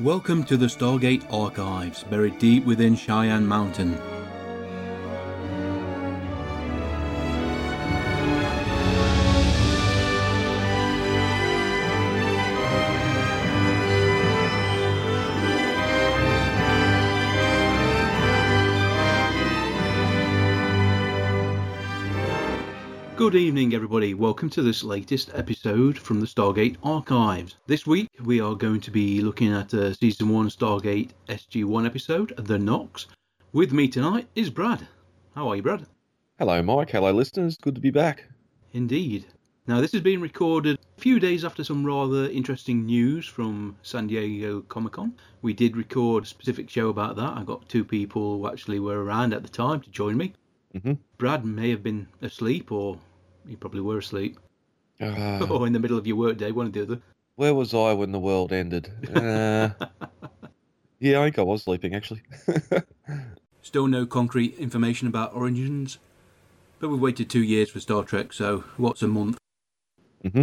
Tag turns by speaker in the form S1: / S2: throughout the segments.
S1: Welcome to the Stargate Archives, buried deep within Cheyenne Mountain. Good evening, everybody. Welcome to this latest episode from the Stargate Archives. This week, we are going to be looking at uh, Season 1 Stargate SG1 episode, The Knox. With me tonight is Brad. How are you, Brad?
S2: Hello, Mike. Hello, listeners. Good to be back.
S1: Indeed. Now, this is being recorded a few days after some rather interesting news from San Diego Comic Con. We did record a specific show about that. I got two people who actually were around at the time to join me.
S2: Mhm.
S1: Brad may have been asleep, or you probably were asleep,
S2: Uh,
S1: or in the middle of your workday, one or the other.
S2: where was I when the world ended? Uh, yeah, I think I was sleeping, actually.
S1: Still no concrete information about origins, but we've waited two years for Star Trek, so what's a month?
S2: hmm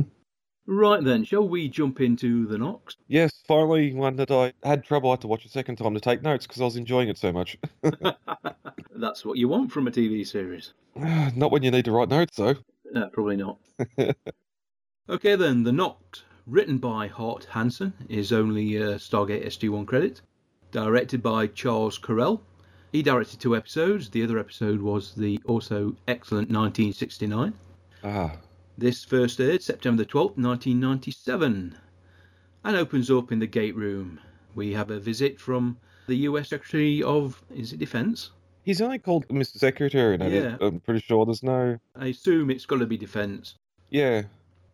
S1: Right then, shall we jump into the Knox?
S2: Yes, finally, one that I had trouble. I had to watch a second time to take notes because I was enjoying it so much.
S1: That's what you want from a TV series.
S2: Not when you need to write notes, though.
S1: No, Uh, probably not. okay then, the Knox, written by Hart Hansen, is only uh, Stargate SG-1 credit. Directed by Charles Carell. He directed two episodes. The other episode was the also excellent 1969.
S2: Ah,
S1: This first aired September the 12th, 1997, and opens up in the gate room. We have a visit from the US Secretary of is it Defense?
S2: he's only called Mr. Secretary. Now,
S1: Yeah.
S2: I'm pretty sure there's no.
S1: I assume it's got to be Defense.
S2: Yeah,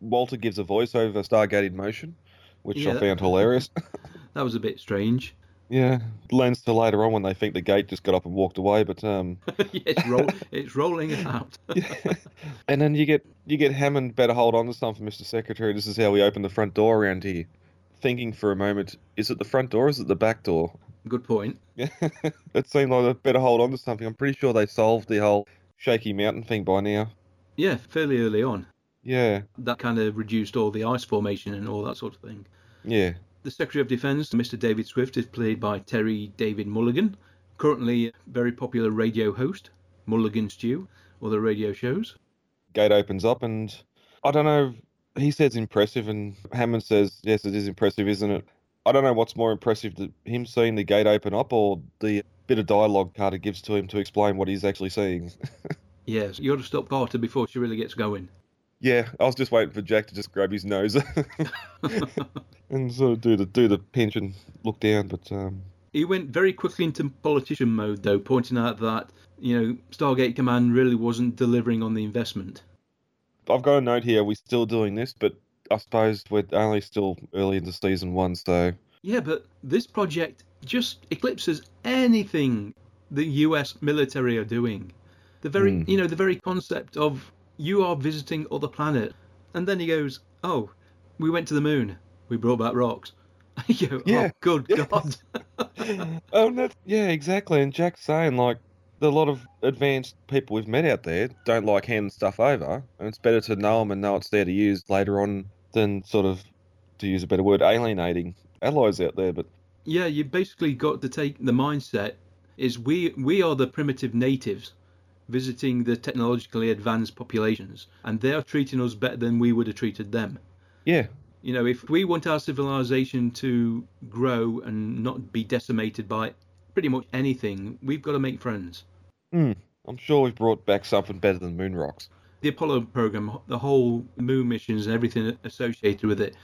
S2: Walter gives a voiceover Stargate in motion, which
S1: Yeah,
S2: I
S1: that-
S2: found hilarious.
S1: That was a bit strange.
S2: yeah, lends to later on when they think the gate just got up and walked away, but um,
S1: Yeah, it's, roll, it's rolling out.
S2: And then you get you get Hammond better hold on to something, Mr. Secretary. This is how we open the front door around here. Thinking for a moment, is it the front door or is it the back door?
S1: Good point.
S2: It seemed like a better hold on to something. I'm pretty sure they solved the whole shaky mountain thing by now.
S1: Yeah, fairly early on.
S2: Yeah,
S1: That kind of reduced all the ice formation and all that sort of thing.
S2: yeah.
S1: The Secretary of Defense, Mr. David Swift, is played by Terry David Mulligan, currently a very popular radio host, Mulligan Stew, other radio shows.
S2: Gate opens up, and I don't know. He says impressive, and Hammond says, "Yes, it is impressive, isn't it?" I don't know what's more impressive, the, him seeing the gate open up, or the bit of dialogue Carter gives to him to explain what he's actually seeing.
S1: Yes, you ought to stop Carter before she really gets going.
S2: Yeah, I was just waiting for Jack to just grab his nose and sort of do the do the pinch and look down. But um,
S1: He went very quickly into politician mode, though, pointing out that, you know, Stargate Command really wasn't delivering on the investment.
S2: I've got a note here. We're still doing this, but I suppose we're only still early into season one, so
S1: Yeah, but this project just eclipses anything the US military are doing. The very,
S2: Mm.
S1: you know, the very concept of you are visiting other planet. And then he goes, "Oh, we went to the moon. We brought back rocks." you go,
S2: Yeah.
S1: "Oh, good
S2: Yeah.
S1: god."
S2: um, that, yeah, exactly. And Jack's saying like a lot of advanced people we've met out there don't like handing stuff over, and it's better to know them and know it's there to use later on than sort of, to use a better word, alienating allies out there. But
S1: Yeah, you basically got to take the mindset is we we are the primitive natives visiting the technologically advanced populations and they are treating us better than we would have treated them.
S2: yeah,
S1: You know, if we want our civilization to grow and not be decimated by pretty much anything, we've got to make friends.
S2: I'm sure we've brought back something better than moon rocks.
S1: The Apollo program, the whole moon missions and everything associated with it,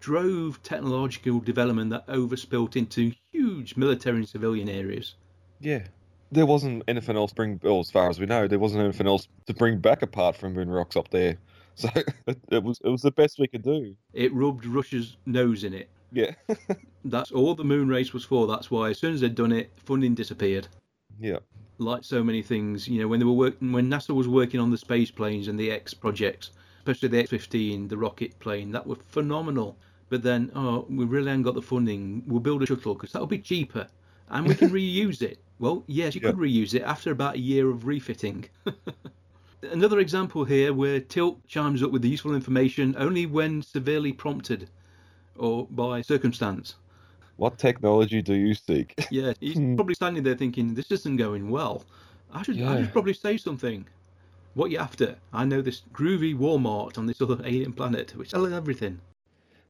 S1: drove technological development that overspilt into huge military and civilian areas.
S2: Yeah. There wasn't anything else bring well, as far as we know, there wasn't anything else to bring back apart from Moon Rocks up there. So it, it was it was the best we could do.
S1: It rubbed Russia's nose in it.
S2: Yeah.
S1: That's all the moon race was for. That's why, as soon as they'd done it, funding disappeared.
S2: yeah.
S1: like so many things, you know, when they were working, when NASA was working on the space planes and the X projects, especially the X-15, the rocket plane, that were phenomenal. But then, oh, we really haven't got the funding. We'll build a shuttle because that'll be cheaper, and we can reuse it. Well, yes, you could reuse it after about a year of refitting. Another example here where Tilt chimes up with the useful information only when severely prompted or by circumstance.
S2: What technology do you seek?
S1: Yeah, he's probably standing there thinking, this isn't going well. I should, I
S2: Yeah.
S1: should probably say something. What you after? I know this groovy Walmart on this other alien planet, which sells everything.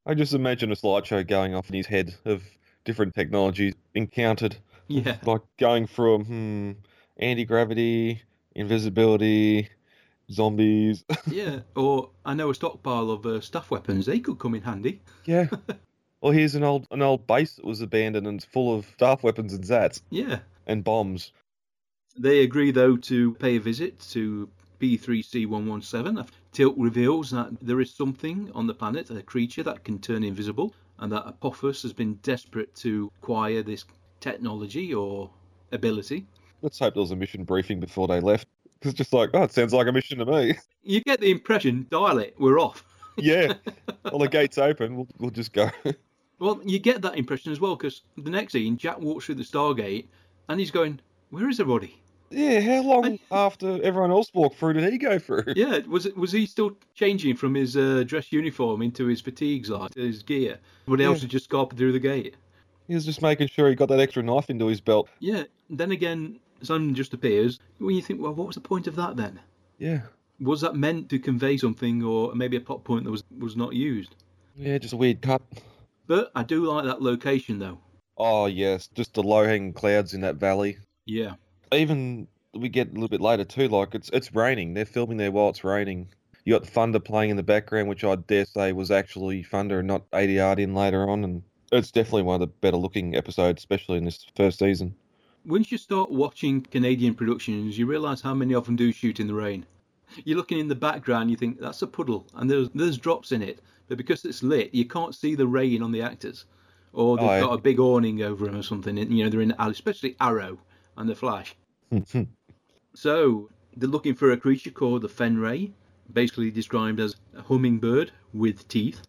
S2: I just imagine a slideshow going off in his head of different technologies encountered,
S1: Yeah,
S2: like going through 'em, hmm, anti gravity, invisibility, zombies.
S1: yeah. Or I know a stockpile of uh, staff weapons. They could come in handy.
S2: yeah. Or here's an old an old base that was abandoned and it's full of staff weapons and zats
S1: Yeah.
S2: and bombs.
S1: They agree, though, to pay a visit to B3C117 after Tilt reveals that there is something on the planet, a creature that can turn invisible, and that Apophis has been desperate to acquire this technology or ability.
S2: Let's hope there was a mission briefing before they left. It's just like, oh, it sounds like a mission to me.
S1: You get the impression, dial it, we're off.
S2: yeah. Well, the gate's open. We'll, we'll just go.
S1: Well, you get that impression as well, because the next scene, Jack walks through the Stargate and he's going, Where is everybody?
S2: yeah. How long after everyone else walked through did he go through?
S1: Yeah, was it was he still changing from his uh, dress uniform into his fatigues, like his gear? Everybody else
S2: Yeah.
S1: had just scarped through the gate.
S2: He was just making sure he got that extra knife into his belt.
S1: Yeah. Then again, Simon just appears. When you think, well, what was the point of that then?
S2: Yeah.
S1: Was that meant to convey something, or maybe a plot point that was was not used?
S2: Yeah, just a weird cut.
S1: But I do like that location though.
S2: Oh, yes, just the low hanging clouds in that valley.
S1: Yeah.
S2: Even we get a little bit later too, like it's it's raining. They're filming there while it's raining. You got thunder playing in the background, which I dare say was actually thunder and not ADR in later on. And it's definitely one of the better looking episodes, especially in this first season.
S1: Once you start watching Canadian productions, you realise how many of them do shoot in the rain. You're looking in the background, you think that's a puddle, and there's there's drops in it, but because it's lit, you can't see the rain on the actors, or they've
S2: Oh, yeah.
S1: got a big awning over them or something. And, you know, they're in especially Arrow and the Flash. So they're looking for a creature called the Fenray, basically described as a hummingbird with teeth.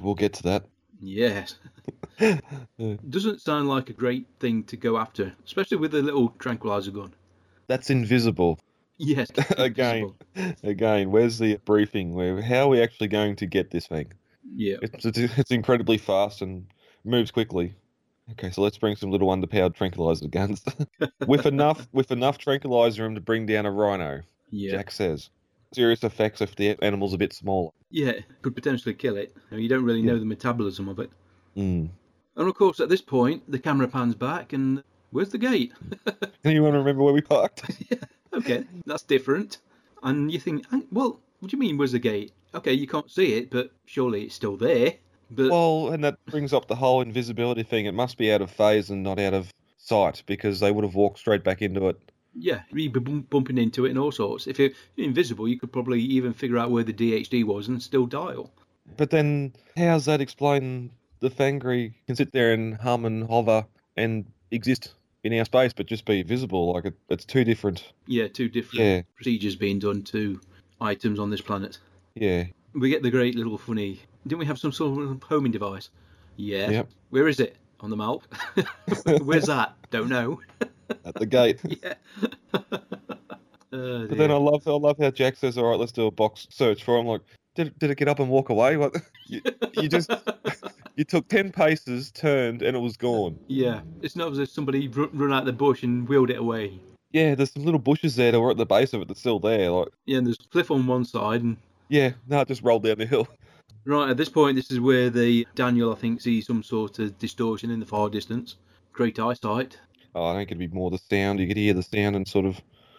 S2: we'll get to that.
S1: Yes.
S2: Yeah.
S1: Doesn't sound like a great thing to go after, especially with a little tranquilizer gun.
S2: That's invisible.
S1: Yes.
S2: Again, again, where's the briefing? Where how are we actually going to get this thing?
S1: Yeah.
S2: It's, it's, it's incredibly fast and moves quickly. Okay, so let's bring some little underpowered tranquilizer guns with enough with enough tranquilizer room to bring down a rhino.
S1: Yeah.
S2: Jack says serious effects if the animal's a bit smaller.
S1: Yeah. Could potentially kill it. I mean, you don't really know the metabolism of it.
S2: Mm.
S1: And of course, at this point, the camera pans back and where's the gate?
S2: Anyone remember where we parked?
S1: okay, that's different. And you think, "Hang- well, what do you mean, where's the gate? Okay, you can't see it, but surely it's still there. But
S2: well, and that brings up the whole invisibility thing. It must be out of phase and not out of sight because they would have walked straight back into it.
S1: Yeah, you'd be bum- bumping into it and all sorts. If you're invisible, you could probably even figure out where the DHD was and still dial.
S2: But then, how's that explain the Fangri can sit there and hum and hover and exist in our space, but just be visible? Like it, it's two different.
S1: Yeah, two different
S2: Yeah.
S1: procedures being done to items on this planet.
S2: Yeah,
S1: We get the great little funny. Didn't we have some sort of homing device? Yeah.
S2: Yep.
S1: Where is it? On the map. Where's that? Don't know.
S2: at the gate.
S1: yeah. Oh,
S2: But then I
S1: dear.
S2: love, I love how Jack says, "All right, let's do a box search for him." Like, did, did it get up and walk away? What? You, you just you took ten paces, turned, and it was gone.
S1: yeah, it's not as if somebody ru- run out of the bush and wheeled it away.
S2: Yeah, there's some little bushes there that were at the base of it that's still there. Like,
S1: Yeah, and there's a cliff on one side and
S2: yeah, no, it just rolled down the hill.
S1: Right, at this point, this is where the Daniel, I think, sees some sort of distortion in the far distance. Great eyesight.
S2: Oh, I think it'd be more the sound. You could hear the sound and sort of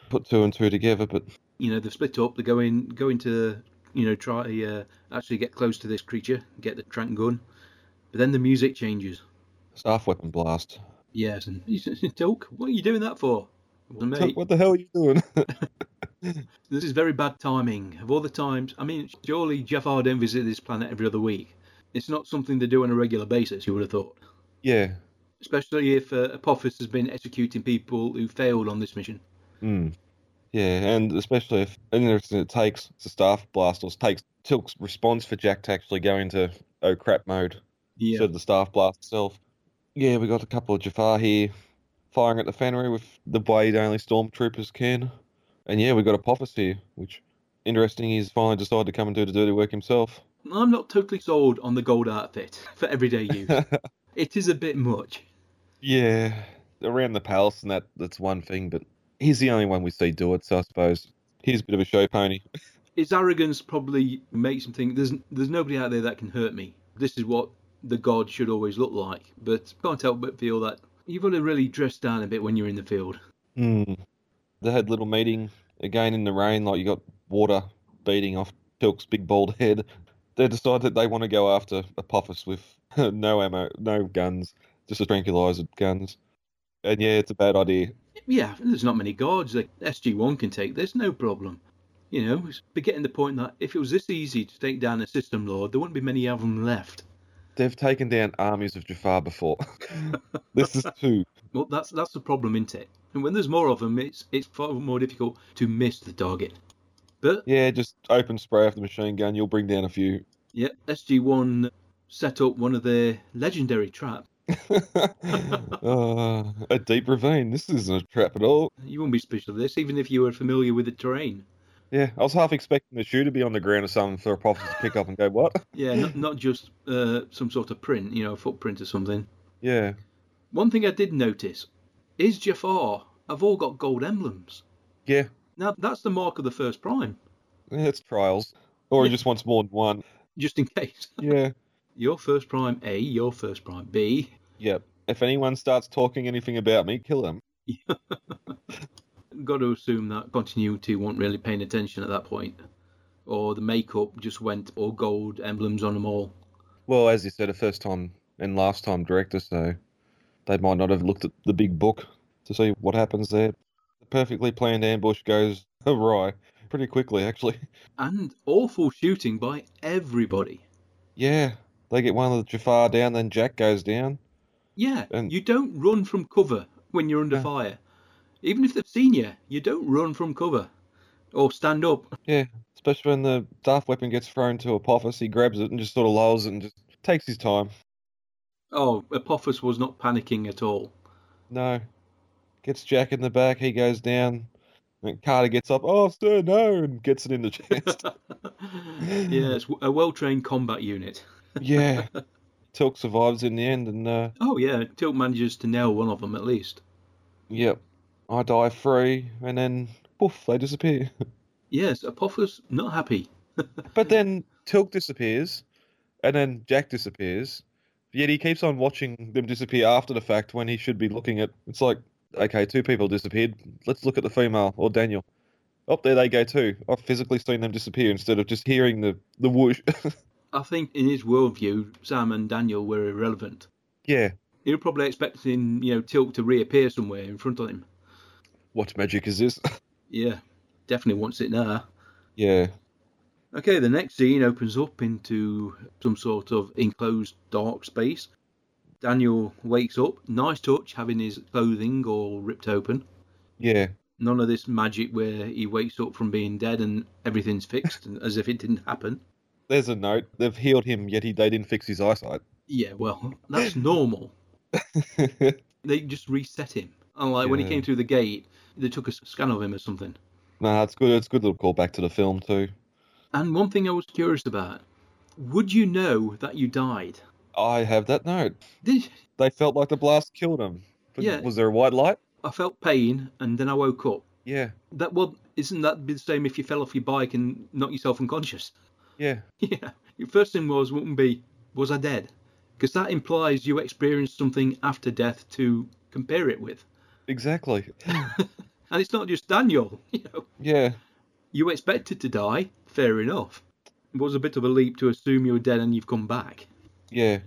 S2: put two and two together, but
S1: You know, they've split up. They're going, going to, you know, try uh, actually get close to this creature, get the trank gun. But then the music changes.
S2: staff weapon blast.
S1: Yes, and he says, Tilk, what are you doing that for? Well,
S2: So
S1: mate,
S2: What the hell are you doing?
S1: this is very bad timing. Of all the times, I mean, surely Jeff Arden visits this planet every other week. It's not something they do on a regular basis, you would have thought.
S2: yeah.
S1: Especially if uh, Apophis has been executing people who failed on this mission.
S2: Mm. Yeah, and especially if interesting it takes the staff blast or takes Tilk's response for Jack to actually go into oh crap mode
S1: Yeah.
S2: instead of the staff blast itself. Yeah, we got a couple of Jafar here firing at the Fenrir with the blade only stormtroopers can. And yeah, we got Apophis here, which interesting he's finally decided to come and do the dirty work himself.
S1: I'm not totally sold on the gold outfit for everyday use. It is a bit much.
S2: Yeah, around the palace and that that's one thing, but he's the only one we see do it, so I suppose he's a bit of a show pony.
S1: His arrogance probably makes him think there's there's nobody out there that can hurt me. This is what the god should always look like. But can't help but feel that you've only really dressed down a bit when you're in the field.
S2: Mm. They had little meeting again in the rain, like you got water beating off Pilk's big bald head. They decide that they want to go after Apophis with no ammo, no guns, just a tranquilizer guns. And yeah, it's a bad idea.
S1: Yeah, there's not many guards. The SG1 can take this, no problem. You know, but getting the point that if it was this easy to take down a system lord, there wouldn't be many of them left.
S2: They've taken down armies of Jafar before. this is two.
S1: Well, that's that's the problem, isn't it? And when there's more of them, it's it's far more difficult to miss the target. But
S2: Yeah, just open spray off the machine gun. You'll bring down a few.
S1: yeah, SG1 set up one of their legendary traps.
S2: Ah, a deep ravine. This isn't a trap at all.
S1: You wouldn't be suspicious of this, even if you were familiar with the terrain.
S2: Yeah, I was half expecting the shoe to be on the ground or something for Apophis to pick up and go, what?
S1: Yeah, not, not just uh, some sort of print, you know, a footprint or something.
S2: Yeah.
S1: One thing I did notice is Jafar have all got gold emblems.
S2: Yeah,
S1: Now, that's the mark of the first prime,
S2: Yeah, it's trials. Or he just wants more than one.
S1: just in case.
S2: Yeah.
S1: Your first prime A, your first prime B.
S2: Yep. If anyone starts talking anything about me, kill them.
S1: Got to assume that continuity weren't really paying attention at that point. Or the makeup just went all gold emblems on them all.
S2: Well, as you said, a first time and last time director, so they might not have looked at the big book to see what happens there. The perfectly planned ambush goes awry pretty quickly, actually.
S1: And awful shooting by everybody.
S2: Yeah. They get one of the Jafar down, then Jack goes down.
S1: Yeah,
S2: And-
S1: you don't run from cover when you're under
S2: Yeah.
S1: fire. Even if they've seen you, you don't run from cover or stand up.
S2: Especially when the staff weapon gets thrown to Apophis, he grabs it and just sort of lulls it and just takes his time.
S1: Oh, Apophis was not panicking at all.
S2: No. Gets Jack in the back. He goes down. And Carter gets up. Oh, sir, no, and gets it in the chest.
S1: yes, w- a well trained combat unit.
S2: yeah. Tilk survives in the end, and uh,
S1: Oh, yeah, Tilt manages to nail one of them at least.
S2: yep, I die free, and then poof, they disappear.
S1: Yes, Apophis not happy.
S2: But then Tilk disappears, and then Jack disappears. Yet he keeps on watching them disappear after the fact when he should be looking at. It's like, okay, two people disappeared. Let's look at the female or Daniel. Oh, there they go too. I've physically seen them disappear instead of just hearing the the whoosh.
S1: I think in his worldview, Sam and Daniel were irrelevant.
S2: yeah.
S1: He was probably expecting, you know, Tilt to reappear somewhere in front of him.
S2: What magic is this?
S1: Yeah, definitely wants it now.
S2: yeah.
S1: Okay, the next scene opens up into some sort of enclosed dark space. Daniel wakes up, nice touch, having his clothing all ripped open.
S2: Yeah.
S1: None of this magic where he wakes up from being dead and everything's fixed and as if it didn't happen.
S2: There's a note. They've healed him, yet he they didn't fix his eyesight.
S1: Yeah, well, that's normal. They just reset him. And like when he
S2: Yeah.
S1: came through the gate, they took a s- scan of him or something.
S2: nah, it's good. It's good little call back to the film too.
S1: And one thing I was curious about would you know that you died?
S2: I have that note.
S1: Did,
S2: They felt like the blast killed him. But
S1: Yeah.
S2: Was there a white light?
S1: I felt pain and then I woke up.
S2: Yeah.
S1: That well, isn't that be the same if you fell off your bike and knocked yourself unconscious?
S2: Yeah.
S1: yeah. Your first thing was wouldn't be was I dead? Because that implies you experienced something after death to compare it with.
S2: Exactly.
S1: And it's not just Daniel. You know,
S2: Yeah.
S1: you expected to die. Fair enough. It was a bit of a leap to assume you were dead and you've come back.
S2: Yeah.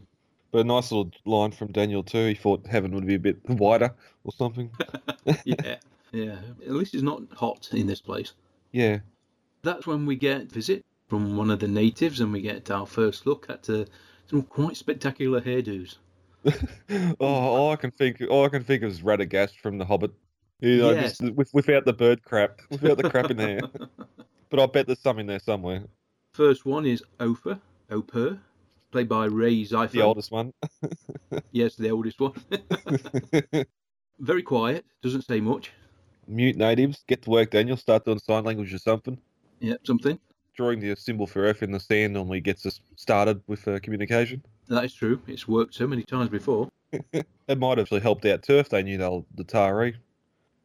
S2: But a nice little line from Daniel too. He thought heaven would be a bit wider or something.
S1: yeah. Yeah. At least it's not hot in this place.
S2: Yeah.
S1: That's when we get visit from one of the natives and we get our first look at uh, some quite spectacular hairdos.
S2: Oh, all I can think, all I can think of is Radagast from The Hobbit. You know,
S1: Yes.
S2: just with, without the bird crap, without the crap in there. but I bet there's some in there somewhere.
S1: First one is Ophir, Ophir, played by Ray Zeifer.
S2: The oldest one.
S1: Yes, the oldest one. Very quiet, doesn't say much.
S2: Mute natives. Get to work, Daniel. Start doing sign language or something.
S1: Yeah, something.
S2: drawing the symbol for Earth in the sand normally gets us started with uh, communication.
S1: That is true. It's worked so many times before.
S2: It might have actually helped out too if they knew they were the Tari.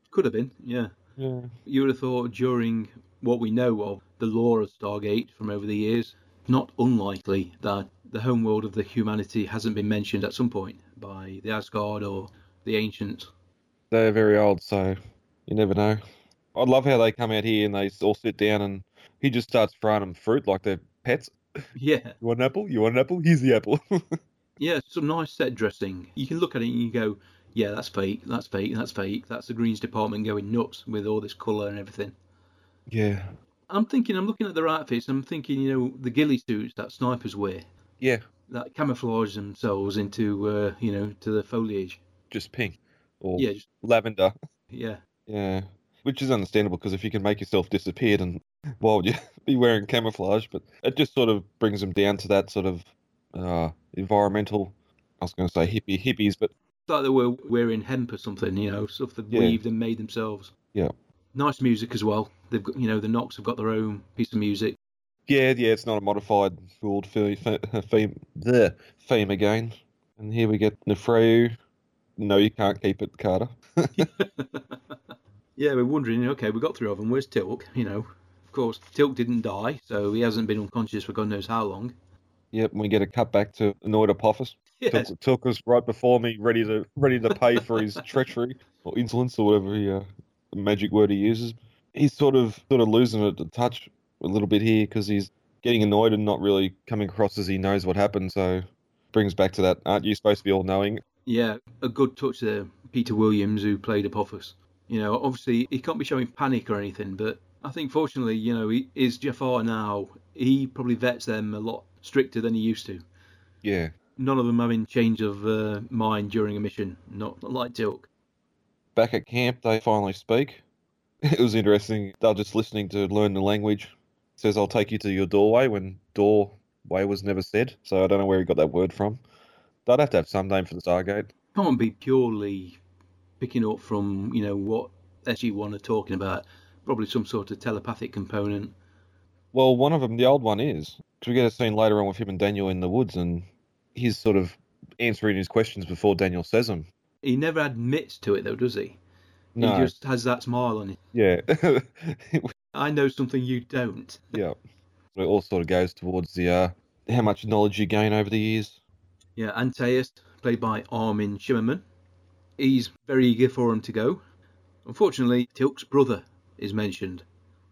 S1: Could have been, yeah.
S2: Yeah.
S1: You would have thought during what we know of the lore of Stargate from over the years, not unlikely that the homeworld of the humanity hasn't been mentioned at some point by the Asgard or the ancients.
S2: They're very old, so you never know. I love how they come out here and they all sit down and he just starts throwing them fruit like they're pets.
S1: Yeah,
S2: You want an apple? You want an apple? Here's the apple.
S1: yeah, some nice set dressing. You can look at it and you go, yeah, that's fake, that's fake, that's fake. That's the Greens department going nuts with all this colour and everything.
S2: yeah.
S1: I'm thinking, I'm looking at their outfits, I'm thinking, you know, the ghillie suits that snipers wear
S2: Yeah.
S1: that camouflage themselves into, uh, you know, to the foliage.
S2: Just pink or
S1: Yeah, just,
S2: lavender.
S1: yeah.
S2: Yeah. Which is understandable because if you can make yourself disappear, then why would you be wearing camouflage? But it just sort of brings them down to that sort of uh, environmental. I was going to say hippie hippies, but
S1: It's like they were wearing hemp or something, you know, stuff that
S2: Yeah.
S1: weaved and made themselves.
S2: Yeah.
S1: Nice music as well. They've got, you know, the Knox have got their own piece of music.
S2: yeah, yeah, it's not a modified gold fe- fe- theme. The theme again, and here we get Nefreu. No, you can't keep it, Carter.
S1: Yeah, we're wondering, okay, we got three of them. Where's Tilk? You know, of course, Tilk didn't die, so he hasn't been unconscious for God knows how long.
S2: Yep, and we get a cutback to annoyed Apophis.
S1: Yes.
S2: Took, took us right before me, ready to ready to pay for his treachery or insolence or whatever he, uh, the magic word he uses. He's sort of sort of losing it to touch a little bit here because he's getting annoyed and not really coming across as he knows what happened. So brings back to that. Aren't you supposed to be all knowing?
S1: Yeah, a good touch there, Peter Williams, who played Apophis. You know, obviously he can't be showing panic or anything, but I think fortunately, you know, he is Jafar now. He probably vets them a lot stricter than he used to.
S2: Yeah,
S1: None of them having change of uh, mind during a mission, not not like Tilk.
S2: back at camp, they finally speak. It was interesting. They're just listening to learn the language. Says, I'll take you to your doorway when doorway was never said. So I don't know where he got that word from. They'd have to have some name for the Stargate.
S1: Can't be purely picking up from, you know, what SG1 are talking about. Probably some sort of telepathic component.
S2: Well, one of them, the old one is. Because we get a scene later on with him and Daniel in the woods, and he's sort of answering his questions before Daniel says them.
S1: He never admits to it though, does he?
S2: No.
S1: He just has that smile on it.
S2: Yeah.
S1: I know something you don't.
S2: yeah. So it all sort of goes towards the uh, how much knowledge you gain over the years.
S1: Yeah, Antaeus, played by Armin Shimmerman. He's very eager for him to go. Unfortunately, Tilk's brother is mentioned,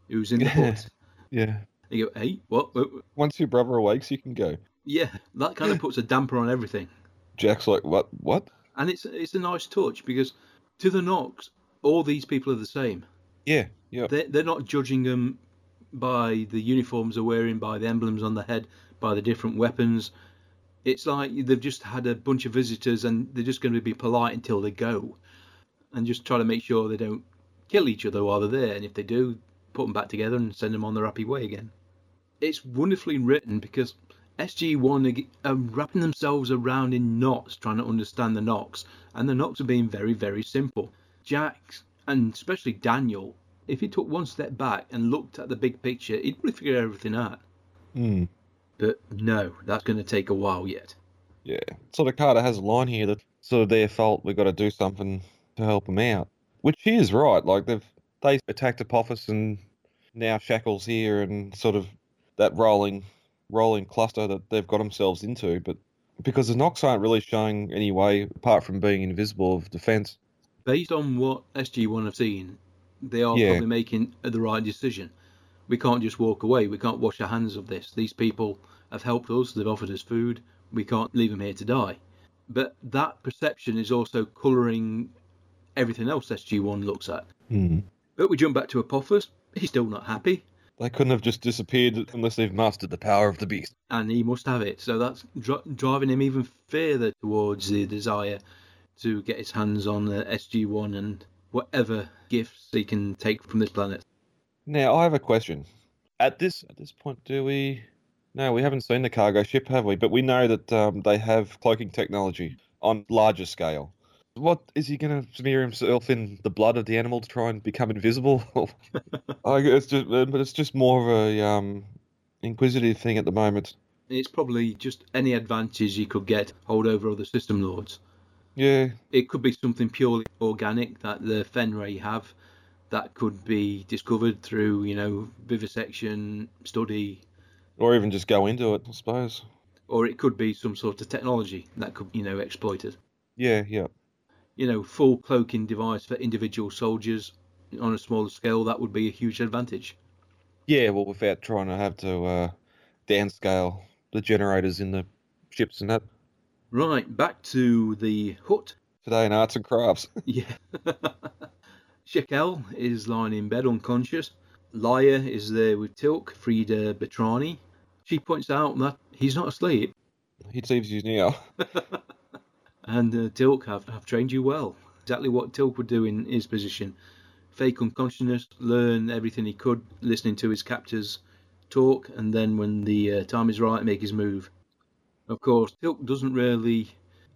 S1: who's in the port.
S2: Yeah.
S1: They go, hey, what? what- what?"
S2: Once your brother awakes, you can go.
S1: Yeah, that kind of puts a damper on everything.
S2: Jack's like, what? What?
S1: And it's it's a nice touch because to the Knox, all these people are the same.
S2: Yeah. Yeah.
S1: They're, they're not judging them by the uniforms they're wearing, by the emblems on the head, by the different weapons. It's like they've just had a bunch of visitors and they're just going to be polite until they go and just try to make sure they don't kill each other while they're there. And if they do, put them back together and send them on their happy way again. It's wonderfully written because SG1 are g- are wrapping themselves around in knots trying to understand the knocks, and the knocks are being very, very simple. Jack, and especially Daniel, if he took one step back and looked at the big picture, he'd probably figure everything out.
S2: Mm.
S1: But no, that's going to take a while yet.
S2: Yeah. Sort of Carter has a line here that sort of their fault. We've got to do something to help them out, which he is right. Like they've they attacked Apophis and now Shackles here and sort of that rolling rolling cluster that they've got themselves into. But because the Knox aren't really showing any way apart from being invisible of defense.
S1: Based on what SG1 have seen, they are
S2: Yeah.
S1: probably making the right decision. We can't just walk away. We can't wash our hands of this. These people have helped us. They've offered us food. We can't leave them here to die. But that perception is also colouring everything else SG1 looks at.
S2: Mm.
S1: But we jump back to Apophis. He's still not happy,
S2: They couldn't have just disappeared unless they've mastered the power of the beast.
S1: and he must have it. So that's dri- driving him even further towards the desire to get his hands on the SG1 and whatever gifts he can take from this planet.
S2: Now I have a question. At this at this point, do we? No, we haven't seen the cargo ship, have we? But we know that um, they have cloaking technology on larger scale. What is he going to smear himself in the blood of the animal to try and become invisible? I, it's just, uh, but it's just more of a um, inquisitive thing at the moment.
S1: It's probably just any advantage you could get hold over other system lords.
S2: Yeah,
S1: It could be something purely organic that the Fenray have that could be discovered through, you know, vivisection, study,
S2: or even just go into it, I suppose.
S1: or it could be some sort of technology that could, you know, exploited.
S2: Yeah, yeah.
S1: You know, full cloaking device for individual soldiers on a smaller scale, that would be a huge advantage.
S2: Yeah, well, without trying to have to uh, downscale the generators in the ships and that.
S1: Right, back to the hut.
S2: Today in arts and crafts.
S1: Yeah. Shekel is lying in bed unconscious. Liar is there with Tilk, Frida Betrani. She points out that he's not asleep,
S2: he leaves you now.
S1: and uh, Tilk have, have trained you well. Exactly what Tilk would do in his position. Fake unconsciousness, learn everything he could, listening to his captors talk, and then when the uh, time is right, make his move. Of course, Tilk doesn't really.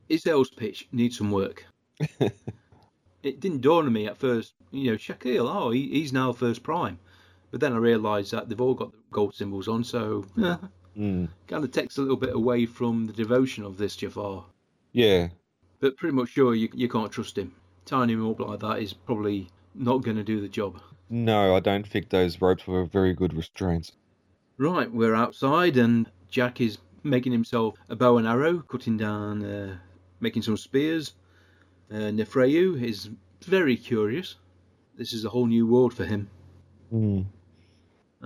S1: His sales pitch needs some work. it didn't dawn on me at first, you know, Shaquille, oh, he, he's now first prime. But then I realised that they've all got the gold symbols on, so yeah,
S2: Mm.
S1: kind of takes a little bit away from the devotion of this Jafar.
S2: Yeah,
S1: But pretty much sure you, you can't trust him. Tying him up like that is probably not going to do the job.
S2: no, I don't think those ropes were very good restraints.
S1: Right, we're outside, and Jack is making himself a bow and arrow, cutting down, uh, making some spears. Uh, Nefreyu is very curious. This is a whole new world for him.
S2: Mm.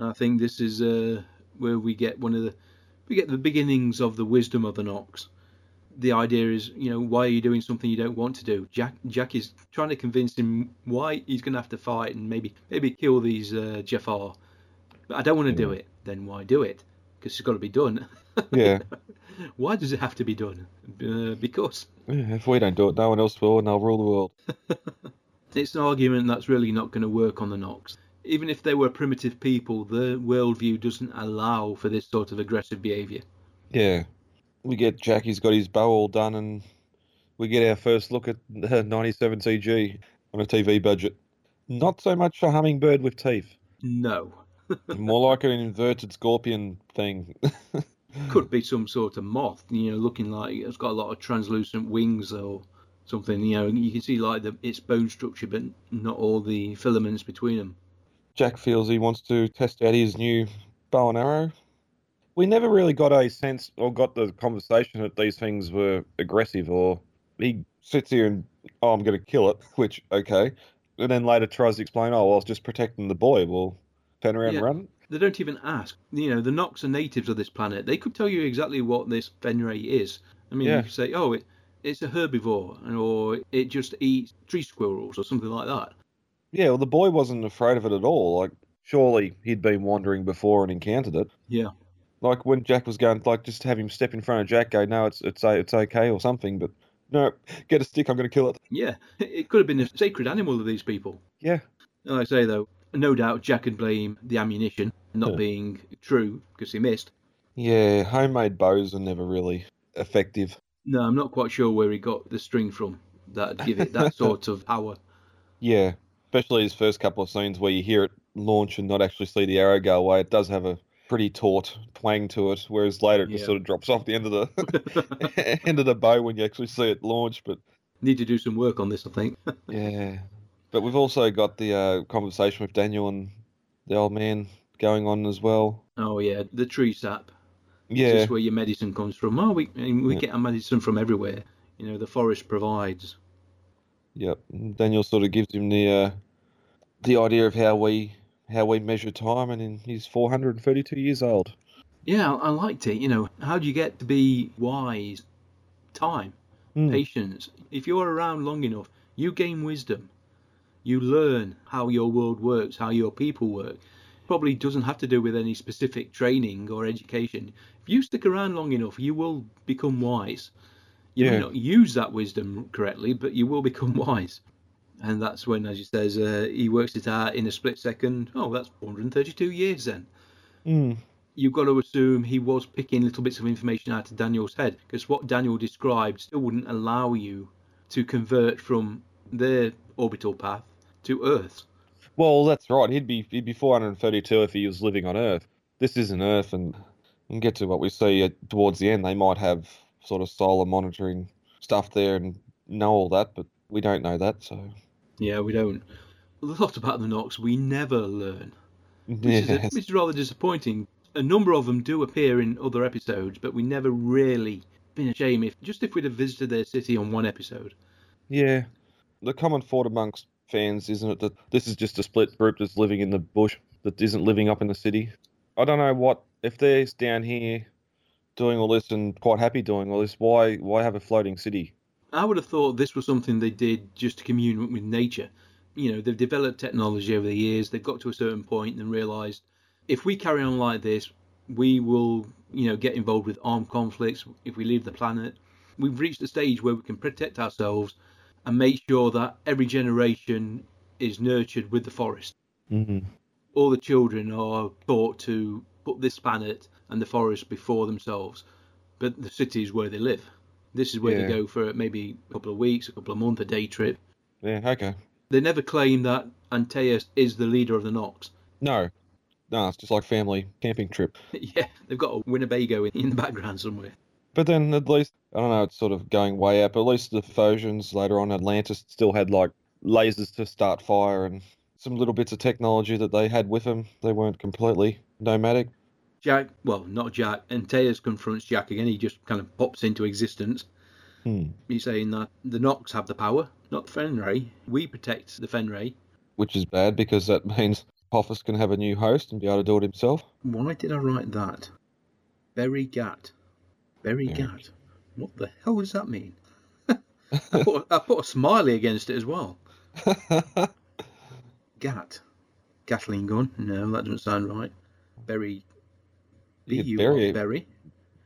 S1: I think this is uh, where we get one of the we get the beginnings of the wisdom of the Nox. The idea is, you know, why are you doing something you don't want to do? Jack Jack is trying to convince him why he's going to have to fight and maybe maybe kill these uh, Jafar. But I don't want to do it. Then why do it? Because it's got to be done.
S2: Yeah.
S1: why does it have to be done? Uh, because
S2: Yeah, if we don't do it, no one else will, and they'll rule the world.
S1: It's an argument that's really not going to work on the Nox. Even if they were primitive people, their worldview doesn't allow for this sort of aggressive behaviour.
S2: Yeah. We get Jackie's got his bow all done, and we get our first look at the 97 CG on a TV budget. Not so much a hummingbird with teeth,
S1: No.
S2: more like an inverted scorpion thing.
S1: Could be some sort of moth, you know, looking like it's got a lot of translucent wings or something. You know, you can see like the, its bone structure, but not all the filaments between them.
S2: Jack feels he wants to test out his new bow and arrow. We never really got a sense or got the conversation that these things were aggressive, or he sits here and, oh, I'm going to kill it, which, okay. And then later tries to explain, oh, well, I was just protecting the boy. Well, turn around
S1: Yeah.
S2: and run.
S1: They don't even ask. You know, the Nox are natives of this planet. They could tell you exactly what this Fenray is. I mean,
S2: Yeah.
S1: you could say, oh, it, it's a herbivore, and- or it just eats tree squirrels or something like that.
S2: Yeah, well, the boy wasn't afraid of it at all. Like, surely he'd been wandering before and encountered it.
S1: Yeah.
S2: Like when Jack was going, like just have him step in front of Jack, go, no, it's it's o- it's okay or something, but no, get a stick, I'm going to kill it.
S1: Yeah, it could have been a sacred animal of these people.
S2: Yeah,
S1: Like I say, though, no doubt Jack could blame the ammunition not
S2: Yeah.
S1: being true because he missed.
S2: yeah, homemade bows are never really effective.
S1: No, I'm not quite sure where he got the string from that'd give it that sort of power.
S2: Yeah, especially his first couple of scenes where you hear it launch and not actually see the arrow go away. It does have a pretty taut twang to it, whereas later it
S1: Yeah.
S2: just sort of drops off the end of the end of the bow when you actually see it launch. But
S1: Need to do some work on this, I think.
S2: Yeah. But we've also got the uh, conversation with Daniel and the old man going on as well.
S1: Oh yeah, the tree sap. This
S2: Yeah.
S1: is where your medicine comes from. Oh, we and we get our medicine from everywhere. You know, the forest provides.
S2: Yep. And Daniel sort of gives him the uh, the idea of how we how we measure time, and then he's 432 years old.
S1: Yeah, I, I liked it. You know, how do you get to be wise? Time.
S2: Hmm.
S1: patience. If you're around long enough, you gain wisdom. You learn how your world works, how your people work. Probably doesn't have to do with any specific training or education. If you stick around long enough, you will become wise. You may
S2: Yeah.
S1: not use that wisdom correctly, but you will become wise. And that's when, as he says, uh, he works it out in a split second. Oh, that's 432 years then
S2: Mm.
S1: you've got to assume he was picking little bits of information out of Daniel's head because what Daniel described still wouldn't allow you to convert from their orbital path to Earth's.
S2: Well, that's right. He'd be he'd be 432 if he was living on Earth. this isn't Earth, and and get to what we see at, towards the end. They might have sort of solar monitoring stuff there and know all that, but we don't know that. So
S1: Yeah, we don't. A lot about the Nox we never learn, which, is,
S2: yes,
S1: which is rather disappointing. A number of them do appear in other episodes, but we never really. Been a shame if just if we'd have visited their city on one episode.
S2: yeah. The common thought amongst fans isn't it that this is just a split group that's living in the bush that isn't living up in the city. I don't know what if they're down here doing all this and quite happy doing all this. Why why have a floating city?
S1: I would have thought this was something they did just to commune with nature. You know, they've developed technology over the years. They've got to a certain point and realised if we carry on like this, we will, you know, get involved with armed conflicts if we leave the planet. We've reached a stage where we can protect ourselves and make sure that every generation is nurtured with the forest.
S2: Mm-hmm.
S1: All the children are taught to put this planet and the forest before themselves, but the city is where they live. This is where
S2: Yeah.
S1: they go for maybe a couple of weeks, a couple of months, a day trip.
S2: Yeah. Okay.
S1: They never claim that Antaeus is the leader of the Nox.
S2: No. No, it's just like family camping trip.
S1: yeah, they've got a Winnebago in, in the background somewhere.
S2: But then at least I don't know, it's sort of going way up. At least the Phosians later on, Atlantis still had like lasers to start fire and some little bits of technology that they had with them. They weren't completely nomadic.
S1: Jack, well, not Jack, Antaeus confronts Jack again. He just kind of pops into existence.
S2: Hmm.
S1: He's saying that the Nox have the power, not the Fenray. We protect the Fenray.
S2: Which is bad because that means Hoffus can have a new host and be able to do it himself.
S1: Why did I write that? Berry Gat. Berry
S2: Yeah.
S1: Gat. What the hell does that mean? I, put, I put a smiley against it as well. Gat. Gatling gun. No, that doesn't sound right. Berry. B
S2: You could
S1: U
S2: bury
S1: R.
S2: it.
S1: Berry.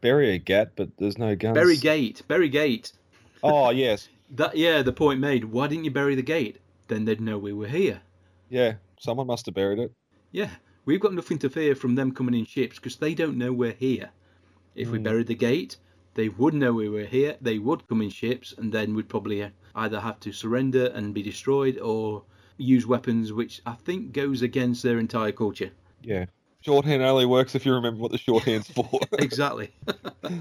S2: Bury a gat, but there's no guns.
S1: Berry gate. Berry gate.
S2: Oh yes,
S1: That yeah, the point made. Why didn't you bury the gate? Then they'd know we were here.
S2: yeah. Someone must have buried it.
S1: Yeah, we've got nothing to fear from them coming in ships because they don't know we're here. If we
S2: Mm.
S1: buried the gate, they would know we were here. They would come in ships, and then we'd probably either have to surrender and be destroyed or use weapons, which I think goes against their entire culture.
S2: Yeah. Shorthand only works if you remember what the shorthand's for.
S1: exactly.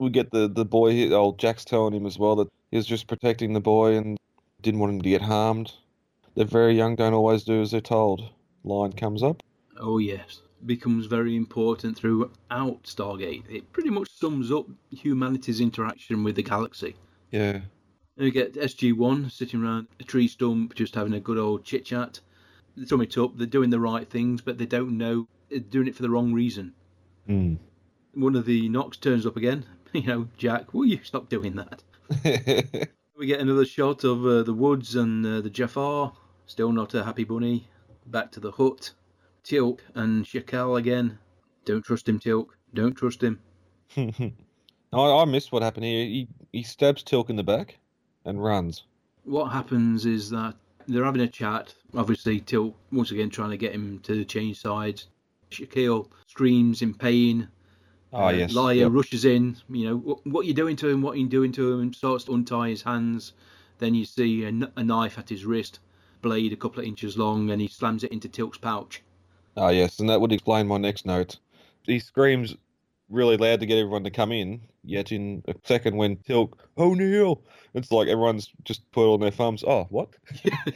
S2: we get the the boy. Old Jack's telling him as well that he was just protecting the boy and didn't want him to get harmed. They're very young, don't always do as they're told. Line comes up.
S1: Oh yes, becomes very important throughout Stargate. It pretty much sums up humanity's interaction with the galaxy.
S2: Yeah.
S1: And we get SG1 sitting around a tree stump, just having a good old chit chat. They sum it up, they're doing the right things, but they don't know, they're doing it for the wrong reason.
S2: Mm.
S1: One of the Knox turns up again. You know, Jack, will you stop doing that? We get another shot of uh, the woods and uh, the Jafar. Still not a happy bunny. Back to the hut. Tilk and Shakal again. Don't trust him, Tilk. Don't trust him.
S2: I, I missed what happened here. He he stabs Tilk in the back and runs.
S1: what happens is that they're having a chat. Obviously, Tilt once again trying to get him to change sides. Shaquille screams in pain.
S2: Oh
S1: Uh,
S2: yes.
S1: Laya
S2: Yep.
S1: rushes in. You know what, what you doing to him? What you doing to him? And starts to untie his hands. Then you see a, kn- a knife at his wrist, blade a couple of inches long, and he slams it into Tilt's pouch.
S2: Oh yes, and that would explain my next note. He screams really loud to get everyone to come in. Yet in a second, when Tilk, oh Neil, it's like everyone's just put on their thumbs. Oh what?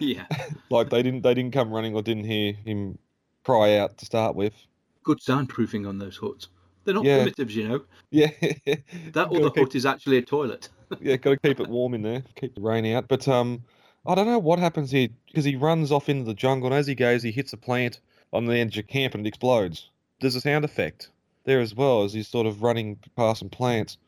S1: yeah,
S2: Like they didn't they didn't come running or didn't hear him cry out to start with.
S1: good soundproofing on those huts. They're not
S2: Yeah.
S1: primitives, you know.
S2: Yeah,
S1: That
S2: Gotta
S1: other
S2: keep-
S1: hut is actually a toilet.
S2: yeah, got to keep it warm in there, keep the rain out. But um, I don't know what happens here because he runs off into the jungle, and as he goes, he hits a plant on the edge of your camp and it explodes. There's a sound effect there as well as he's sort of running past some plants.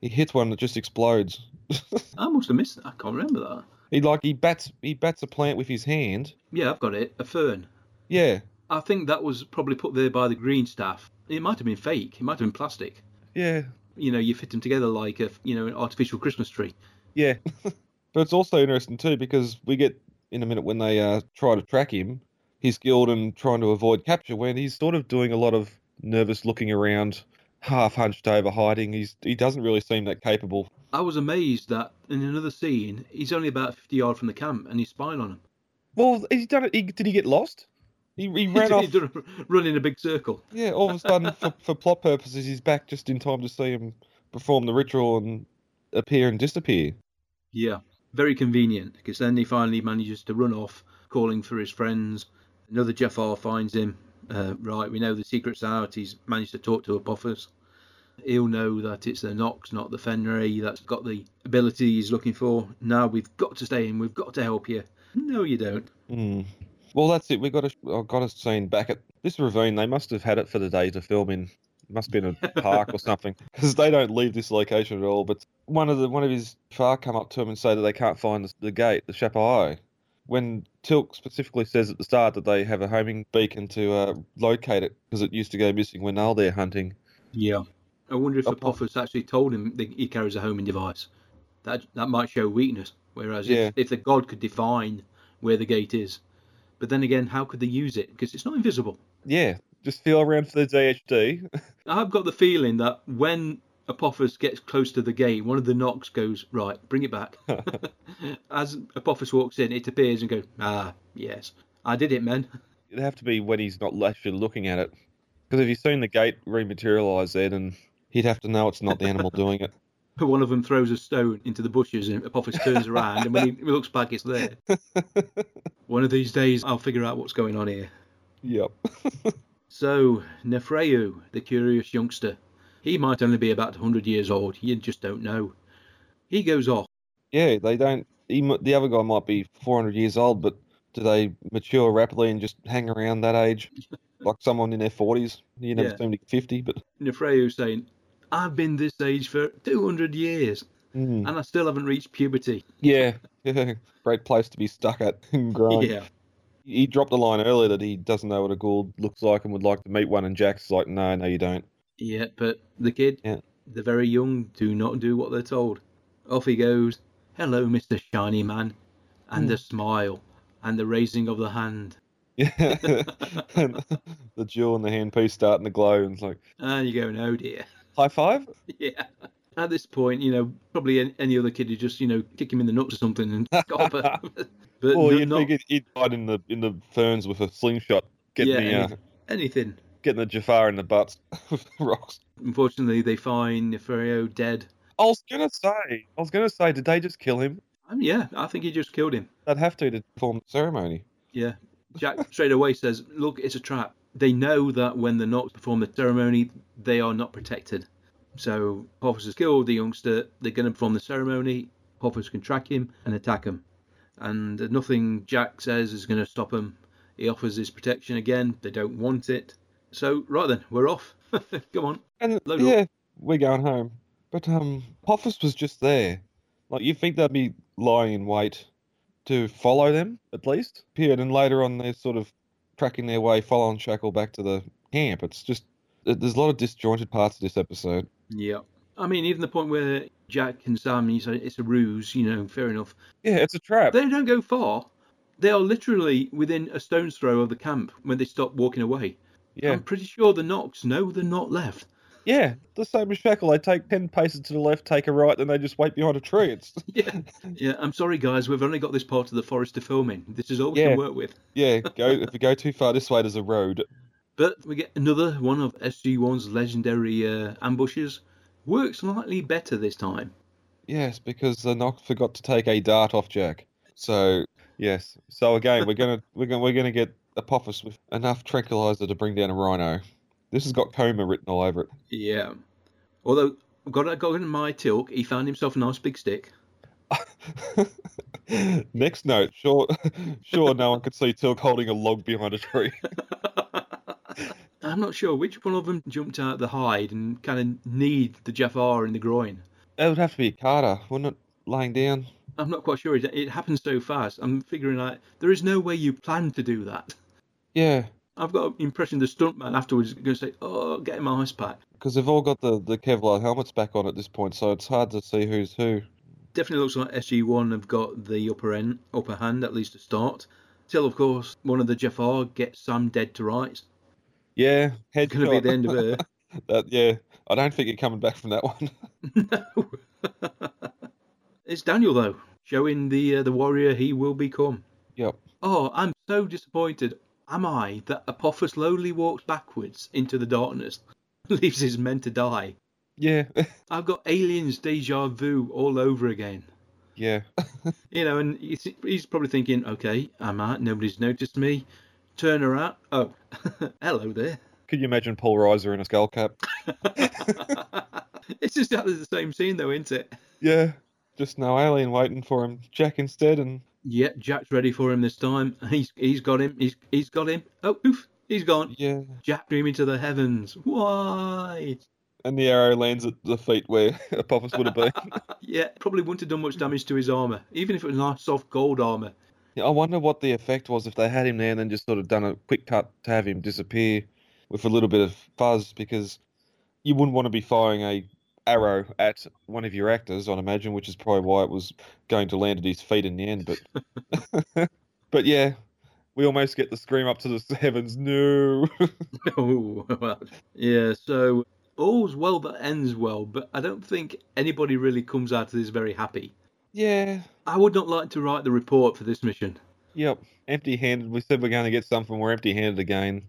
S2: He hits one that just explodes.
S1: I must have missed that. I can't remember that.
S2: He like he bats he bats a plant with his hand.
S1: Yeah, I've got it. A fern.
S2: Yeah,
S1: I think that was probably put there by the green staff. It might have been fake. It might have been plastic.
S2: yeah,
S1: You know, you fit them together like a you know an artificial Christmas tree.
S2: Yeah. but it's also interesting too because we get in a minute when they uh, try to track him, he's skilled in trying to avoid capture when he's sort of doing a lot of nervous looking around, half hunched over hiding. He's he doesn't really seem that capable.
S1: I was amazed that in another scene he's only about fifty yards from the camp and he's spying on him.
S2: Well, he's done it. He, did he get lost? He, he
S1: He's
S2: ran off.
S1: run in a big circle.
S2: Yeah, all of a sudden, for, for plot purposes, he's back just in time to see him perform the ritual and appear and disappear.
S1: Yeah, very convenient because then he finally manages to run off, calling for his friends. Another Jafar finds him. Uh, right, we know the secret's out. He's managed to talk to Apophis. He'll know that it's the Nox, not the Fenry, that's got the ability he's looking for. Now we've got to stay in. We've got to help you. No, you don't.
S2: Hmm. Well, that's it. We got a I got a scene back at this ravine. They must have had it for the day to film in. Must be in a park or something because they don't leave this location at all. But one of the one of his far come up to him and say that they can't find the, the gate, the Chapai. When Tilk specifically says at the start that they have a homing beacon to uh, locate it because it used to go missing when they were there hunting.
S1: Yeah. I wonder if
S2: Apo-
S1: Apophis actually told him that he carries a homing device. That that might show weakness. Whereas
S2: Yeah.
S1: if, if the god could define where the gate is, but then again, how could they use it? Because it's not invisible.
S2: Yeah, just feel around for the DHD.
S1: I've got the feeling that when Apophis gets close to the gate, one of the knocks goes right, bring it back. As Apophis walks in, it appears and goes, ah, yes, I did it, men.
S2: It'd have to be when he's not actually looking at it. Because if he's seen the gate rematerialize there, then he'd have to know it's not the animal doing it.
S1: One of them throws a stone into the bushes, and Apophis turns around, and when he looks back, it's there. One of these days, I'll figure out what's going on here.
S2: Yep.
S1: So, Nefreu, the curious youngster, he might only be about 100 years old, you just don't know. He goes off.
S2: Yeah, they don't. He, mi- the other guy might be 400 years old, but do they mature rapidly and just hang around that age? Like someone in their 40s? You never
S1: Yeah.
S2: seem to get 50, but.
S1: Nefreu saying, I've been this age for 200 years,
S2: Mm.
S1: and I still haven't reached puberty.
S2: Yeah. Yeah. Great place to be stuck at and growing.
S1: Yeah.
S2: He dropped a line earlier that he doesn't know what a Gould looks like and would like to meet one, and Jack's like, no, no, you don't.
S1: Yeah, but the kid,
S2: Yeah.
S1: the very young, do not do what they're told. Off he goes. Hello, Mr. Shiny Man.
S2: Hmm.
S1: And the smile, and the raising of the hand.
S2: Yeah. and the jewel and the handpiece starting to glow, and it's like,
S1: And you go, oh dear.
S2: high five?
S1: Yeah. At this point, you know, probably an- any other kid would just, you know, kick him in the nuts or something and stop it. but no-
S2: Or you'd
S1: not
S2: think he'd- he'd hide in the, in the ferns with a slingshot, getting,
S1: Yeah,
S2: the,
S1: and
S2: uh,
S1: anything.
S2: getting the Jafar in the butts with the rocks.
S1: Unfortunately, they find Nefario dead.
S2: I was gonna say, I was gonna say, did they just kill him?
S1: And yeah, I think he just killed him.
S2: They'd have to to perform the ceremony.
S1: Yeah. Jack straight away says, Look, it's a trap. They know that when the Nox perform the ceremony, they are not protected. So Poppers has killed the youngster. They're going to perform the ceremony. Poppers can track him and attack him. And nothing Jack says is going to stop him. He offers his protection again. They don't want it. So, right then, we're off. Come on.
S2: And
S1: Load up.
S2: yeah, we're going home. But um, Poffus was just there. Like you think they'd be lying in wait to follow them at least? Yeah, and later on they're sort of tracking their way, following Shackle back to the camp. It's just th- there's a lot of disjointed parts of this episode.
S1: Yeah. I mean, even the point where Jack and Sam, you say it's a ruse, you know, fair enough.
S2: Yeah, it's a trap.
S1: They don't go far. They are literally within a stone's throw of the camp when they stop walking away.
S2: yeah,
S1: I'm pretty sure the Knox know they're not left.
S2: yeah, the same as Shackle. They take ten paces to the left, take a right, then they just wait behind a tree. It's
S1: Yeah. yeah, I'm sorry, guys. We've only got this part of the forest to film in. This is all we
S2: Yeah.
S1: can work with.
S2: yeah, go if you go too far this way, there's a road.
S1: But we get another one of SG1's legendary uh, ambushes. Works slightly better this time.
S2: Yes, because the Nox forgot to take a dart off Jack. So yes, so again we're gonna we're gonna we're gonna get Apophis with enough tranquilizer to bring down a rhino. This has got coma written all over it.
S1: Yeah. Although, got to go in my tilk, he found himself a nice big stick.
S2: Next note, sure, sure, no one could see Tilk holding a log behind a tree.
S1: I'm not sure which one of them jumped out the hide and kind of kneed the Jafar in the groin.
S2: It would have to be Carter, wouldn't it? Laying down.
S1: I'm not quite sure. It, it happened so fast. I'm figuring out there is no way you planned to do that.
S2: Yeah,
S1: I've got the impression the stuntman afterwards is going to say, "Oh, get him my ice pack."
S2: because they've all got the the Kevlar helmets back on at this point, so it's hard to see who's who.
S1: Definitely looks like SG1 have got the upper end, upper hand at least to start. Till of course one of the Jafar gets Sam dead to rights.
S2: Yeah, head
S1: Going to be the end of her.
S2: that, yeah, I don't think you're coming back from that one.
S1: no. it's Daniel though, showing the uh, the warrior he will become.
S2: yep.
S1: Oh, I'm so disappointed. am I that Apophis slowly walks backwards into the darkness, leaves his men to die?
S2: Yeah,
S1: I've got aliens deja vu all over again.
S2: yeah.
S1: You know, and he's, he's probably thinking, okay, I'm out, nobody's noticed me. Turn around. Oh, hello there.
S2: Could you imagine Paul Reiser in a skull cap?
S1: it's exactly the same scene, though, isn't it?
S2: Yeah, just no alien waiting for him. Jack instead, and
S1: Yeah, Jack's ready for him this time. He's he's got him. He's he's got him. Oh, oof, he's gone.
S2: yeah,
S1: Jack drew him into the heavens. Why?
S2: and the arrow lands at the feet where Apophis would have been.
S1: Yeah, probably wouldn't have done much damage to his armor, even if it was nice soft gold armor.
S2: Yeah, I wonder what the effect was if they had him there and then just sort of done a quick cut to have him disappear with a little bit of fuzz because you wouldn't want to be firing a arrow at one of your actors, I'd imagine, which is probably why it was going to land at his feet in the end. But but yeah, we almost get the scream up to the heavens, no.
S1: Oh, well, yeah. So all's well that ends well, but I don't think anybody really comes out of this very happy.
S2: yeah,
S1: I would not like to write the report for this mission.
S2: Yep. Empty handed. We said we're going to get something. We're empty handed again.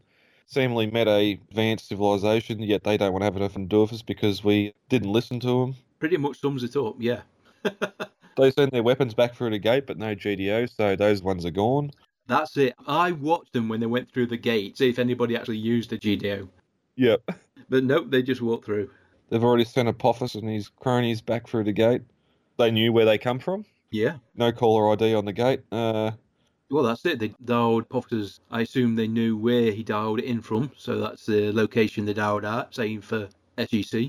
S2: Seemingly met a advanced civilization, yet they don't want to have enough to do with us because we didn't listen to them.
S1: Pretty much sums it up. Yeah.
S2: They send their weapons back through the gate, but no GDO, so those ones are gone.
S1: That's it. I watched them when they went through the gate, see if anybody actually used the GDO.
S2: Yep.
S1: But nope, they just walked through.
S2: They've already sent Apophis and his cronies back through the gate. They knew where they come from.
S1: Yeah.
S2: No caller ID on the gate. Uh,
S1: Well, that's it. They dialed Poffer's. I assume they knew where he dialed it in from, so that's the location they dialed at, same for E SEC.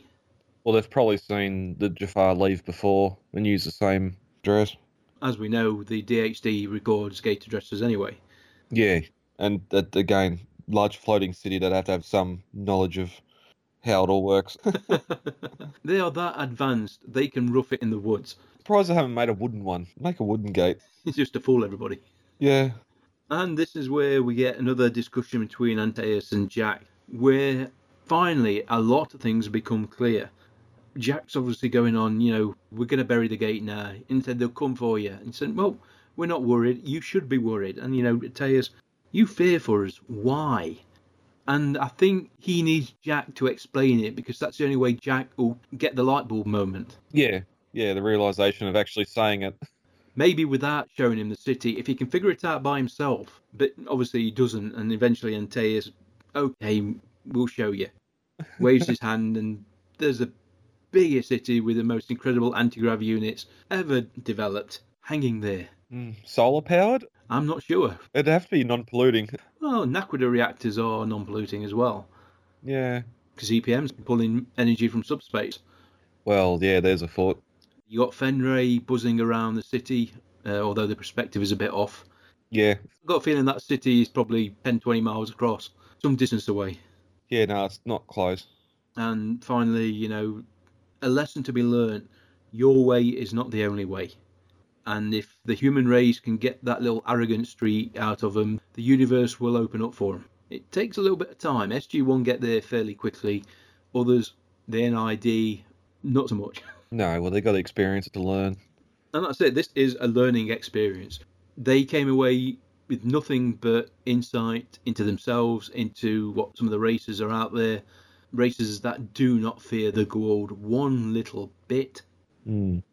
S2: well, they've probably seen the Jafar leave before and use the same address.
S1: As we know, the DHD records gate addresses anyway.
S2: Yeah, and that again, large floating city, they'd have to have some knowledge of how it all works.
S1: They are that advanced, they can rough it in the woods.
S2: Surprised they haven't made a wooden one. Make a wooden gate.
S1: It's just to fool everybody.
S2: Yeah,
S1: And this is where we get another discussion between Antaeus and Jack, where finally a lot of things become clear. Jack's obviously going on, you know, we're going to bury the gate now. And said, they'll come for you. And said, well, we're not worried. You should be worried. And, you know, Antaeus, you fear for us. Why? And I think he needs Jack to explain it because that's the only way Jack will get the light bulb moment.
S2: yeah, yeah. The realization of actually saying it.
S1: maybe without showing him the city, if he can figure it out by himself. But obviously he doesn't, and eventually Antaeus, okay, we'll show you. Waves his hand, and there's the biggest city with the most incredible anti-grav units ever developed, hanging there.
S2: Mm, solar powered?
S1: I'm not sure.
S2: It'd have to be non-polluting.
S1: Well, Nakwada reactors are non-polluting as well,
S2: Yeah.
S1: because EPM's pulling energy from subspace.
S2: Well, yeah. There's a thought.
S1: You got Fenray buzzing around the city, uh, although the perspective is a bit off.
S2: Yeah,
S1: I've got a feeling that city is probably 10, 20 miles across, some distance away.
S2: yeah. No, it's not close.
S1: And finally, you know, a lesson to be learned your way is not the only way. And if the human race can get that little arrogant streak out of them, the universe will open up for them. It takes a little bit of time. SG1 get there fairly quickly, others, the NID, not so much.
S2: No, well, they got to experience it to learn.
S1: And that's it. This is a learning experience. They came away with nothing but insight into themselves, into what some of the races are out there. Races that do not fear the gold one little bit.
S2: Mm.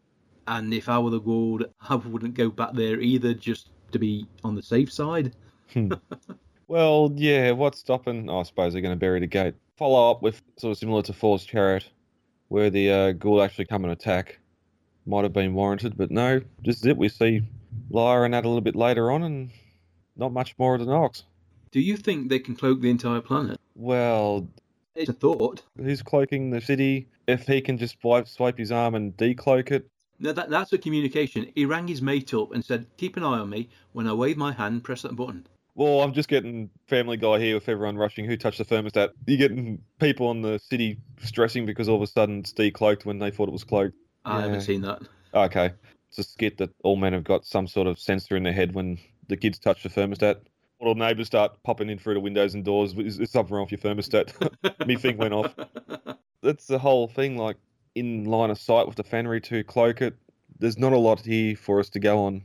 S1: And if I were the gold, I wouldn't go back there either, just to be on the safe side.
S2: Well, yeah. What's stopping? I suppose they're going to bury the gate. Follow up with sort of similar to Force Chariot, where the uh, Ghoul actually come and attack. Might have been warranted, but no. This is it. We see Lyra and that a little bit later on, and not much more of the Nox.
S1: Do you think they can cloak the entire planet?
S2: Well,
S1: It's a thought.
S2: who's cloaking the city? If he can just wipe, swipe his arm and decloak it,
S1: Now that, that's a communication. He rang his mate up and said, Keep an eye on me. When I wave my hand, press that button.
S2: Well, I'm just getting Family Guy here with everyone rushing. Who touched the thermostat? You're getting people in the city stressing because all of a sudden it's decloaked when they thought it was cloaked.
S1: I
S2: Yeah.
S1: haven't seen that.
S2: Okay. It's a skit that all men have got some sort of sensor in their head when the kids touch the thermostat. All the neighbours start popping in through the windows and doors. Is, is something wrong with your thermostat? Me thing went off. That's the whole thing, like in line of sight with the Fanry to cloak it. There's not a lot here for us to go on.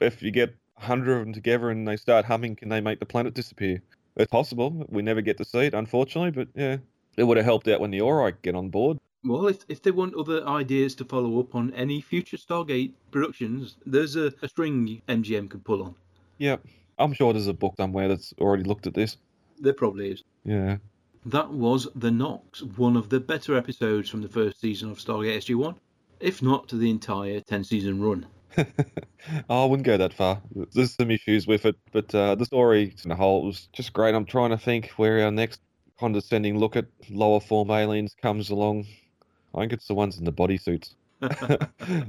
S2: If you get hundred of them together and they start humming, can they make the planet disappear? It's possible. We never get to see it, unfortunately, but yeah, it would have helped out when the Aurite get on board.
S1: Well, if, if they want other ideas to follow up on any future Stargate productions, there's a, a string MGM could pull on.
S2: Yep, I'm sure there's a book somewhere that's already looked at this.
S1: There probably is.
S2: Yeah,
S1: That was The Knox, one of the better episodes from the first season of Stargate SG1, if not the entire 10 season run.
S2: Oh, I wouldn't go that far. There's some issues with it, but uh, the story in the whole was just great. I'm trying to think where our next condescending look at lower form aliens comes along. I think it's the ones in the bodysuits,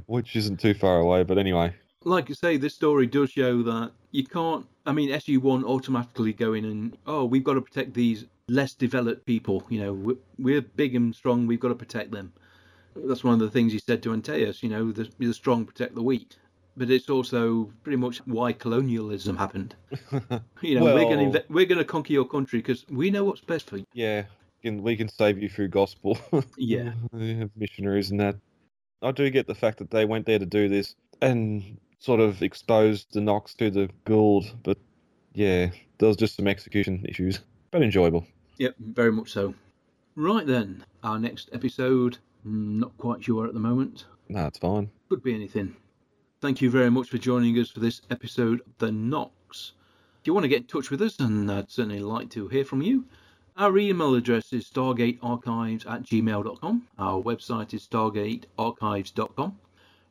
S2: which isn't too far away. But anyway,
S1: Like you say, this story does show that you can't, I mean, SG1 automatically go in and, oh, we've got to protect these less developed people. You know, we're, we're big and strong, we've got to protect them. That's one of the things he said to Antaeus, you know, the, the strong protect the weak. But it's also pretty much why colonialism happened. You know, we're going
S2: Well-
S1: to we're going to conquer your country because we know what's best for you.
S2: yeah, can, we can save you through gospel.
S1: Yeah,
S2: Yeah, missionaries and that. I do get the fact that they went there to do this and sort of exposed the Knox to the Gould, but yeah, there was just some execution issues, but enjoyable.
S1: Yep, very much so. Right then, our next episode. mm, Not quite sure at the moment.
S2: No, it's fine.
S1: Could be anything. Thank you very much for joining us for this episode of The Knox. If you want to get in touch with us, and I'd certainly like to hear from you, our email address is stargatearchives at gmail.com. Our website is stargatearchives.com.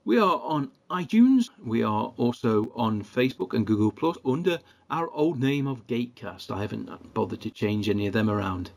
S1: We are on iTunes. We are also on Facebook and Google Plus under our old name of Gatecast. I haven't bothered to change any of them around.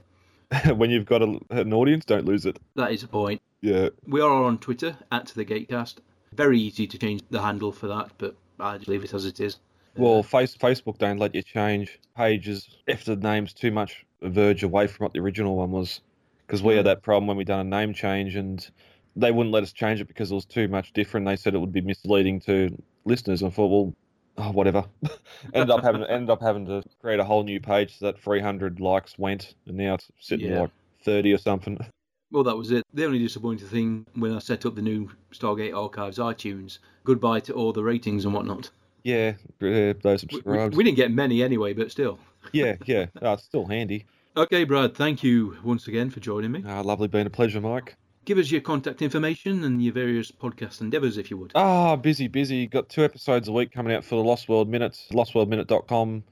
S2: when you've got a, an audience, don't lose it.
S1: That is the point.
S2: Yeah,
S1: We are on Twitter at the Gatecast. Very easy to change the handle for that, but I just leave it as it is.
S2: well, face, Facebook don't let you change pages if the name's too much verge away from what the original one was, because we
S1: Hmm.
S2: had that problem when we done a name change and they wouldn't let us change it because it was too much different. They said it would be misleading to listeners. I thought, well, oh, whatever. ended up having ended up having to create a whole new page so that 300 likes went, and now it's sitting
S1: Yeah.
S2: like 30 or something.
S1: Well, that was it. The only disappointing thing when I set up the new Stargate Archives iTunes, goodbye to all the ratings and whatnot.
S2: Yeah, yeah those
S1: We, we,
S2: subscribed.
S1: we didn't get many anyway, but still.
S2: yeah, yeah, oh, it's still handy.
S1: Okay, Brad, thank you once again for joining me.
S2: Ah, lovely, been a pleasure, Mike.
S1: Give us your contact information and your various podcast endeavours if you would.
S2: Ah, busy, busy. Got two episodes a week coming out for the Lost World Minutes, lostworldminute.com.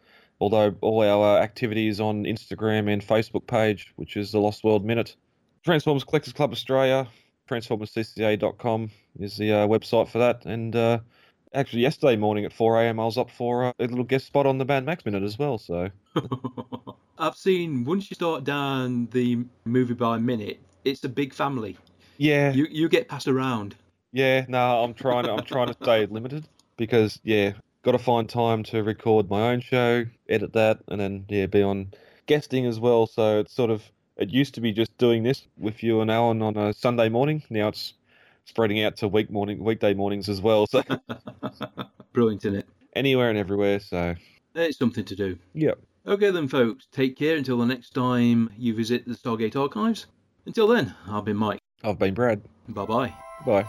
S2: Although all our uh, activities on Instagram and Facebook page, which is the Lost World Minute. Transformers Collectors Club Australia, transformerscca.com is the uh, website for that. And uh, actually, yesterday morning at 4 a.m., I was up for uh, a little guest spot on the Mad Max Minute as well. So,
S1: I've seen once you start down the movie by minute, it's a big family.
S2: yeah,
S1: You you get passed around.
S2: Yeah, no, I'm trying to I'm trying to stay limited because yeah, got to find time to record my own show, edit that, and then yeah, be on guesting as well. So it's sort of it used to be just doing this with you and Alan on a Sunday morning. Now it's spreading out to week morning weekday mornings as well. So
S1: Brilliant, isn't it?
S2: anywhere and everywhere. So
S1: It's something to do.
S2: yeah,
S1: Okay then, folks. Take care until the next time you visit the Stargate Archives. Until then, I've been Mike.
S2: I've been Brad.
S1: Bye bye.
S2: Bye.